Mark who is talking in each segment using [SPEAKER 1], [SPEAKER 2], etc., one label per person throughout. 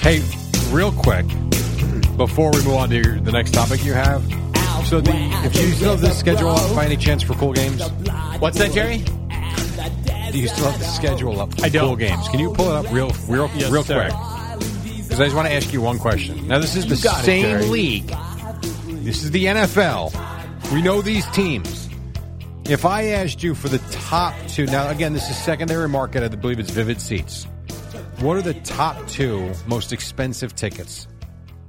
[SPEAKER 1] Hey, real quick, before we move on to your, the next topic you have. So, the, if you still have the schedule up by any chance for cool games,
[SPEAKER 2] What's that, Jerry?
[SPEAKER 1] do you still have the schedule up? For
[SPEAKER 3] I don't.
[SPEAKER 1] Cool games. Can you pull it up real, real,
[SPEAKER 3] Yes,
[SPEAKER 1] real
[SPEAKER 3] sir.
[SPEAKER 1] quick? Because I just want to ask you one question. Now, this is the
[SPEAKER 2] got it,
[SPEAKER 1] same
[SPEAKER 2] Jerry.
[SPEAKER 1] league. This is the NFL. We know these teams. If I asked you for the top two, now again, this is secondary market. I believe it's Vivid Seats. What are the top two most expensive tickets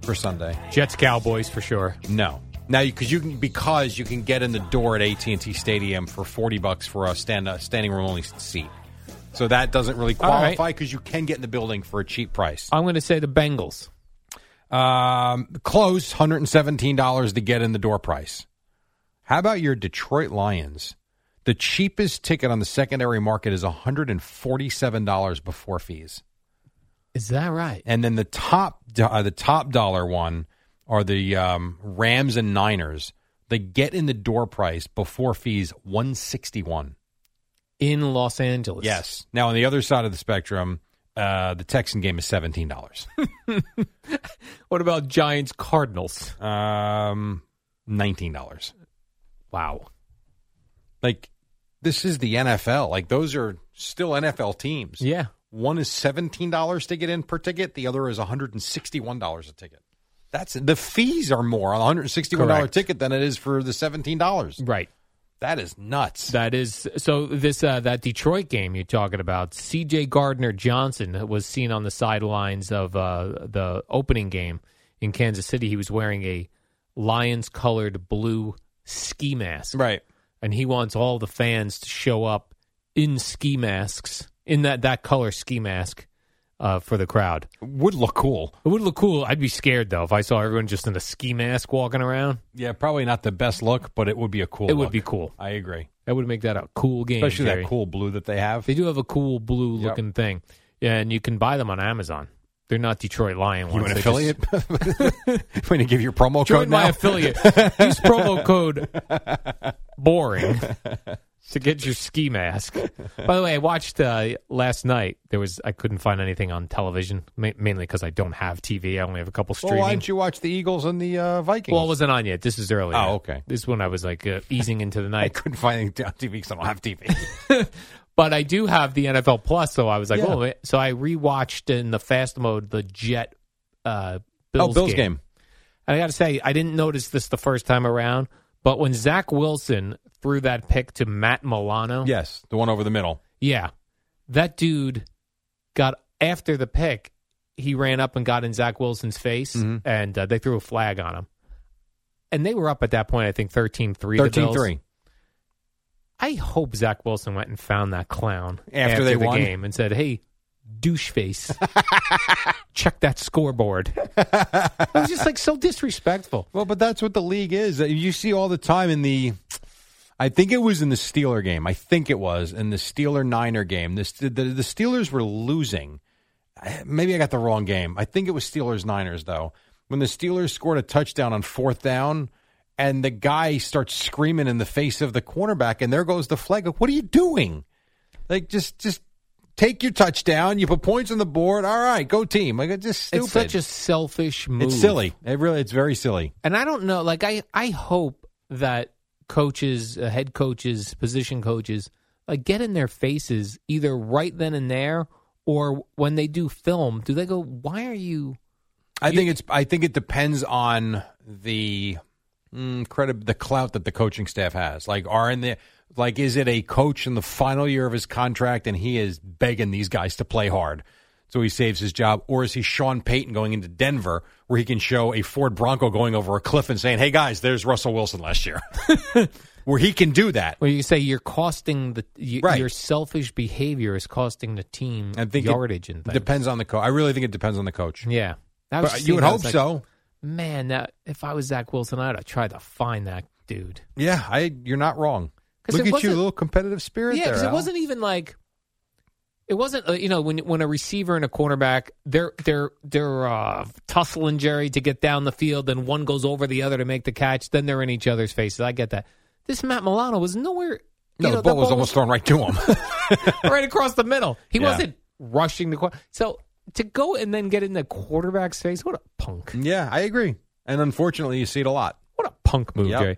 [SPEAKER 1] for Sunday?
[SPEAKER 2] Jets Cowboys for sure.
[SPEAKER 1] No. Now, because you can because you can get in the door at AT and T Stadium for forty bucks for a stand a standing room only seat, so that doesn't really
[SPEAKER 2] All right.
[SPEAKER 1] qualify because you can get in the building for a cheap price.
[SPEAKER 2] I'm going to say the Bengals.
[SPEAKER 1] Um, close hundred and seventeen dollars to get in the door price. How about your Detroit Lions? The cheapest ticket on the secondary market is one hundred and forty seven dollars before fees.
[SPEAKER 2] Is that right?
[SPEAKER 1] and then the top uh, the top dollar one are the um, Rams and Niners. The get in the door price before fees one sixty one.
[SPEAKER 2] In Los Angeles.
[SPEAKER 1] Yes. Now on the other side of the spectrum, uh, the Texan game is seventeen dollars.
[SPEAKER 2] What about Giants Cardinals?
[SPEAKER 1] um, Nineteen dollars.
[SPEAKER 2] Wow.
[SPEAKER 1] Like this is the NFL. Like those are still NFL teams.
[SPEAKER 2] Yeah.
[SPEAKER 1] One is seventeen dollars to get in per ticket. The other is one hundred and sixty-one dollars a ticket. That's the fees are more on a one hundred sixty-one dollar
[SPEAKER 2] Correct.
[SPEAKER 1] ticket than it is for the seventeen dollars.
[SPEAKER 2] Right.
[SPEAKER 1] That is nuts.
[SPEAKER 2] That is so. This uh, that Detroit game you're talking about. C.J. Gardner Johnson was seen on the sidelines of uh, the opening game in Kansas City. He was wearing a Lions-colored blue ski mask.
[SPEAKER 1] right.
[SPEAKER 2] and he wants all the fans to show up in ski masks in that that color ski mask uh, for the crowd.
[SPEAKER 1] Would look cool.
[SPEAKER 2] It would look cool. I'd be scared though if I saw everyone just in a ski mask walking around.
[SPEAKER 1] Yeah, probably not the best look, but it would be a cool
[SPEAKER 2] it would
[SPEAKER 1] look.
[SPEAKER 2] be cool.
[SPEAKER 1] I agree.
[SPEAKER 2] That would make that a cool game.
[SPEAKER 1] Especially
[SPEAKER 2] Jerry.
[SPEAKER 1] that cool blue that they have.
[SPEAKER 2] They do have a cool blue
[SPEAKER 1] Yep.
[SPEAKER 2] looking thing, yeah, and you can buy them on Amazon. They're not Detroit Lion ones.
[SPEAKER 1] You an
[SPEAKER 2] They just-
[SPEAKER 1] affiliate? you want to give your promo
[SPEAKER 2] Join
[SPEAKER 1] code
[SPEAKER 2] my
[SPEAKER 1] now?
[SPEAKER 2] affiliate. Use promo code boring to get your ski mask. By the way, I watched uh, last night. There was I couldn't find anything on television, ma- mainly because I don't have TV. I only have a couple
[SPEAKER 1] well,
[SPEAKER 2] streaming.
[SPEAKER 1] why don't you watch the Eagles and the uh, Vikings?
[SPEAKER 2] Well, it wasn't on yet. This is earlier.
[SPEAKER 1] Oh, okay.
[SPEAKER 2] This is when I was like uh, easing into the
[SPEAKER 1] I
[SPEAKER 2] night.
[SPEAKER 1] couldn't find anything on TV because I don't have TV.
[SPEAKER 2] But I do have the NFL Plus, so I was like, oh. So I rewatched in the fast mode the Jet. Uh, Bills
[SPEAKER 1] oh, Bills game.
[SPEAKER 2] And I got to say, I didn't notice this the first time around, but when Zach Wilson threw that pick to Matt Milano,
[SPEAKER 1] Yes, the one over the middle.
[SPEAKER 2] yeah, that dude got after the pick. He ran up and got in Zach Wilson's face,
[SPEAKER 1] Mm-hmm.
[SPEAKER 2] and uh, they threw a flag on him. And they were up at that point, I think 13 3.
[SPEAKER 1] 13 3.
[SPEAKER 2] I hope Zach Wilson went and found that clown
[SPEAKER 1] After they
[SPEAKER 2] the
[SPEAKER 1] won?
[SPEAKER 2] game and said, "Hey, douche face, check that scoreboard." it was just like so disrespectful.
[SPEAKER 1] Well, but that's what the league is. Uh, You see all the time in the. I think it was in the Steeler game. I think it was in the Steeler Niner game. The, the, the Steelers were losing. I- Maybe I got the wrong game. I think it was Steelers Niners, though. When the Steelers scored a touchdown on fourth down, and the guy starts screaming in the face of the cornerback, and there goes the flag. Like, What are you doing? Like, just just take your touchdown. You put points on the board. All right, go team. Like, it's just stupid.
[SPEAKER 2] It's such a selfish move.
[SPEAKER 1] It's silly. It really, it's very silly.
[SPEAKER 2] And I don't know. Like I, I hope that coaches, uh, head coaches, position coaches like get in their faces either right then and there or when they do film. Do they go, "Why are you?"
[SPEAKER 1] I think it's. I think it depends on the mm, credit, the clout that the coaching staff has. Like, are in the like, is it a coach in the final year of his contract and he is begging these guys to play hard, so he saves his job, or is he Sean Payton going into Denver where he can show a Ford Bronco going over a cliff and saying, "Hey guys, there's Russell Wilson last year," where he can do that.
[SPEAKER 2] Well, you say you're costing the you,
[SPEAKER 1] Right.
[SPEAKER 2] your selfish behavior is costing the team
[SPEAKER 1] I think it
[SPEAKER 2] yardage and things.
[SPEAKER 1] Depends on the coach. I really think it depends on the coach.
[SPEAKER 2] Yeah, I was
[SPEAKER 1] But
[SPEAKER 2] just
[SPEAKER 1] you would
[SPEAKER 2] thinking, I
[SPEAKER 1] hope
[SPEAKER 2] was like,
[SPEAKER 1] so.
[SPEAKER 2] Man, that if I was Zach Wilson, I'd have tried to find that dude.
[SPEAKER 1] Yeah, I. You're not wrong.
[SPEAKER 2] 'Cause
[SPEAKER 1] Look at
[SPEAKER 2] it
[SPEAKER 1] you, a
[SPEAKER 2] wasn't-
[SPEAKER 1] little competitive spirit
[SPEAKER 2] Yeah,
[SPEAKER 1] there.
[SPEAKER 2] because it
[SPEAKER 1] Al.
[SPEAKER 2] wasn't even like it wasn't. Uh, you know, when when a receiver and a cornerback they're they're they're uh, tussling Jerry to get down the field, then one goes over the other to make the catch, then they're in each other's faces. I get that. This Matt Milano was nowhere.
[SPEAKER 1] No,
[SPEAKER 2] you know,
[SPEAKER 1] the ball was almost thrown right to him.
[SPEAKER 2] right across the middle. He
[SPEAKER 1] Yeah.
[SPEAKER 2] wasn't rushing the quarter. So to go and then get in the quarterback's face, what a punk!
[SPEAKER 1] yeah, I agree. And unfortunately, you see it a lot.
[SPEAKER 2] What a punk move,
[SPEAKER 1] Yep.
[SPEAKER 2] Jerry.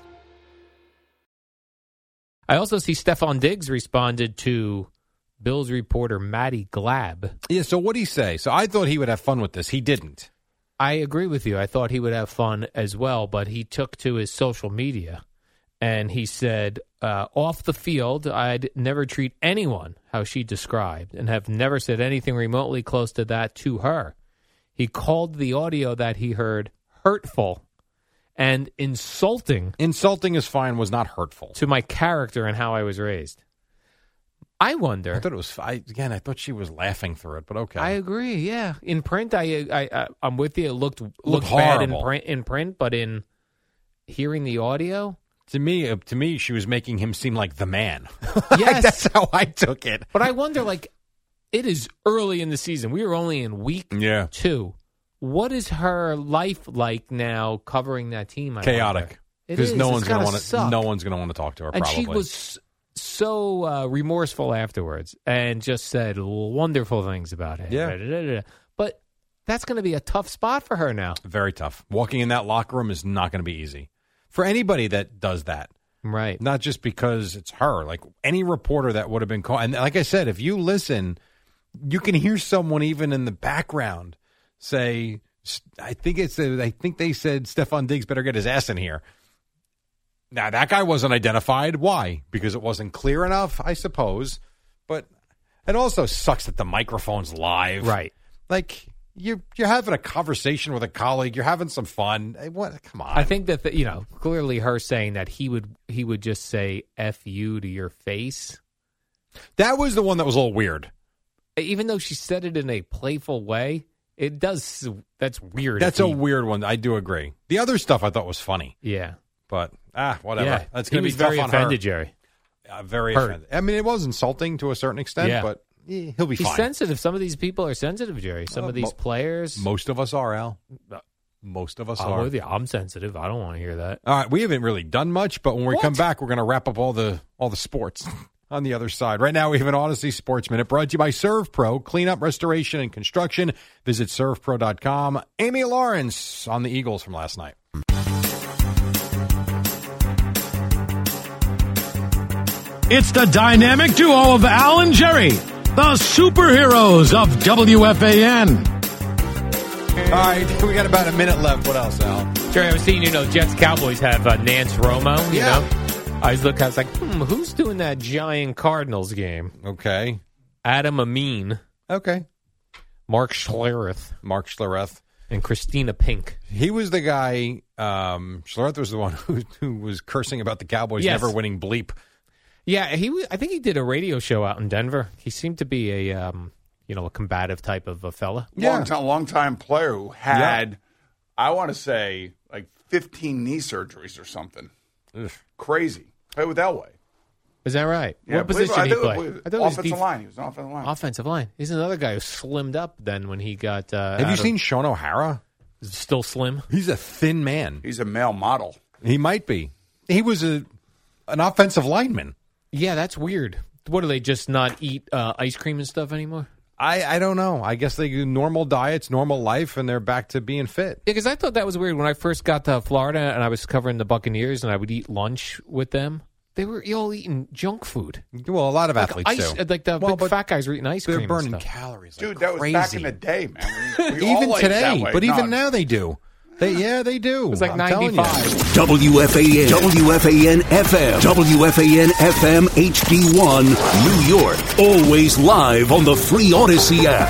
[SPEAKER 2] I also see Stefan Diggs responded to Bills reporter Matty Glab.
[SPEAKER 1] Yeah, so what do he say? So I thought he would have fun with this. He didn't.
[SPEAKER 2] I agree with you. I thought he would have fun as well, but he took to his social media and he said, uh, off the field, I'd never treat anyone how she described and have never said anything remotely close to that to her. He called the audio that he heard hurtful and insulting
[SPEAKER 1] Insulting is fine was not hurtful.
[SPEAKER 2] to my character and how I was raised. I wonder.
[SPEAKER 1] I thought it was I, again. I thought she was laughing through it, but okay.
[SPEAKER 2] I agree. Yeah, in print, I, I, I I'm with you. It looked looked, bad in
[SPEAKER 1] horrible.
[SPEAKER 2] print, in print, but in hearing the audio,
[SPEAKER 1] to me, uh, to me, she was making him seem like the man.
[SPEAKER 2] Yes.
[SPEAKER 1] that's how I took it.
[SPEAKER 2] but I wonder, like, it is early in the season. We are only in week
[SPEAKER 1] Yeah,
[SPEAKER 2] two. What is her life like now, covering that team? I
[SPEAKER 1] chaotic.
[SPEAKER 2] wonder? It
[SPEAKER 1] Because
[SPEAKER 2] is.
[SPEAKER 1] no
[SPEAKER 2] It's
[SPEAKER 1] one's gonna
[SPEAKER 2] gotta
[SPEAKER 1] want to.
[SPEAKER 2] suck.
[SPEAKER 1] No one's gonna want to talk to her.
[SPEAKER 2] And
[SPEAKER 1] probably.
[SPEAKER 2] she was so uh, remorseful afterwards, and just said wonderful things about it.
[SPEAKER 1] Yeah.
[SPEAKER 2] but that's going to be a tough spot for her now,
[SPEAKER 1] very tough. Walking in that locker room is not going to be easy for anybody that does that.
[SPEAKER 2] right?
[SPEAKER 1] not just because it's her. Like any reporter that would have been called, and like I said, if you listen, you can hear someone even in the background say, "S- "I think it's," I think they said Stefan Diggs better get his ass in here. Now that guy wasn't identified. Why? Because it wasn't clear enough, I suppose. But it also sucks that the microphone's live,
[SPEAKER 2] Right.
[SPEAKER 1] Like you're you're having a conversation with a colleague, you're having some fun. Eh, What? Come on.
[SPEAKER 2] I think that the, you know clearly her saying that he would he would just say "f you" to your face,
[SPEAKER 1] that was the one that was a little weird.
[SPEAKER 2] even though she said it in a playful way. It does. That's weird.
[SPEAKER 1] That's
[SPEAKER 2] if
[SPEAKER 1] a
[SPEAKER 2] he-
[SPEAKER 1] weird one. I do agree. The other stuff I thought was funny,
[SPEAKER 2] yeah.
[SPEAKER 1] but ah, whatever.
[SPEAKER 2] Yeah,
[SPEAKER 1] That's
[SPEAKER 2] He
[SPEAKER 1] gonna be
[SPEAKER 2] was very
[SPEAKER 1] tough on
[SPEAKER 2] offended,
[SPEAKER 1] her.
[SPEAKER 2] Jerry.
[SPEAKER 1] Uh, very
[SPEAKER 2] Hurt.
[SPEAKER 1] offended. I mean, it was insulting to a certain extent,
[SPEAKER 2] Yeah.
[SPEAKER 1] but eh, he'll be
[SPEAKER 2] He's
[SPEAKER 1] fine.
[SPEAKER 2] sensitive. Some of these people are sensitive, Jerry. Some
[SPEAKER 1] Uh,
[SPEAKER 2] of these
[SPEAKER 1] mo-
[SPEAKER 2] players.
[SPEAKER 1] Most of us are Al. Uh, Most of us
[SPEAKER 2] I'm
[SPEAKER 1] are.
[SPEAKER 2] with you. I'm sensitive. I don't want to hear that.
[SPEAKER 1] All right, we haven't really done much, but when we come back, we're going to wrap up all the all the sports on the other side. Right now, we have an Odyssey Sports Minute brought to you by Serve Pro Cleanup, Restoration, and Construction. Visit servepro.com. Amy Lawrence on the Eagles from last night.
[SPEAKER 4] It's the dynamic duo of Al and Jerry, the superheroes of WFAN.
[SPEAKER 1] All right, we got about a minute left. What else, Al?
[SPEAKER 2] Jerry, I was seeing, you know, Jets Cowboys have uh, Nance Romo. You
[SPEAKER 1] Yeah.
[SPEAKER 2] know, I was looking. I was like, hmm, who's doing that giant Cardinals game?
[SPEAKER 1] Okay.
[SPEAKER 2] Adam Amin,
[SPEAKER 1] Okay.
[SPEAKER 2] Mark Schlereth,
[SPEAKER 1] Mark Schlereth.
[SPEAKER 2] and Christina Pink.
[SPEAKER 1] He was the guy. Um, Schlereth was the one who, who was cursing about the Cowboys
[SPEAKER 2] Yes.
[SPEAKER 1] never winning bleep.
[SPEAKER 2] Yeah, he. w- I think he did a radio show out in Denver. He seemed to be a, um, you know, a combative type of a fella.
[SPEAKER 5] long time, long time player who had, I want to say, like 15 knee surgeries or something. Crazy. Play with Elway.
[SPEAKER 2] Is that right?
[SPEAKER 5] Yeah, I
[SPEAKER 2] what
[SPEAKER 5] believe-
[SPEAKER 2] position
[SPEAKER 5] I
[SPEAKER 2] did he
[SPEAKER 5] think it
[SPEAKER 2] play?
[SPEAKER 5] was
[SPEAKER 2] I thought it was
[SPEAKER 5] offensive
[SPEAKER 2] def-
[SPEAKER 5] line. He was an offensive line.
[SPEAKER 2] Offensive line. He's another guy who slimmed up then when he got. Uh,
[SPEAKER 1] Have
[SPEAKER 2] out
[SPEAKER 1] you
[SPEAKER 2] of-
[SPEAKER 1] seen Sean O'Hara?
[SPEAKER 2] Still slim.
[SPEAKER 1] He's a thin man.
[SPEAKER 5] He's a male model.
[SPEAKER 1] He might be. He was a an offensive lineman.
[SPEAKER 2] Yeah, that's weird. What do they just not eat uh, ice cream and stuff anymore?
[SPEAKER 1] I, I don't know. I guess they do normal diets, normal life, and they're back to being fit.
[SPEAKER 2] Because I thought that was weird when I first got to Florida and I was covering the Buccaneers and I would eat lunch with them. They were all eating junk food.
[SPEAKER 1] Well, a lot of
[SPEAKER 2] Like
[SPEAKER 1] athletes
[SPEAKER 2] ice, uh,
[SPEAKER 1] do.
[SPEAKER 2] like the
[SPEAKER 1] Well,
[SPEAKER 2] big
[SPEAKER 1] but
[SPEAKER 2] fat guys were eating ice
[SPEAKER 1] They're
[SPEAKER 2] cream.
[SPEAKER 1] burning
[SPEAKER 2] and stuff.
[SPEAKER 1] calories, like
[SPEAKER 5] Dude, that was
[SPEAKER 1] crazy.
[SPEAKER 5] back in the day, man. We- we all
[SPEAKER 1] even
[SPEAKER 5] ate that
[SPEAKER 1] today,
[SPEAKER 5] way.
[SPEAKER 1] but even
[SPEAKER 5] No,
[SPEAKER 1] now they do. They yeah, they do.
[SPEAKER 2] It was like
[SPEAKER 1] I'm telling you.
[SPEAKER 2] 95.
[SPEAKER 6] WFAN, WFAN FM, WFAN FM HD1, New York. Always live on the free Odyssey app.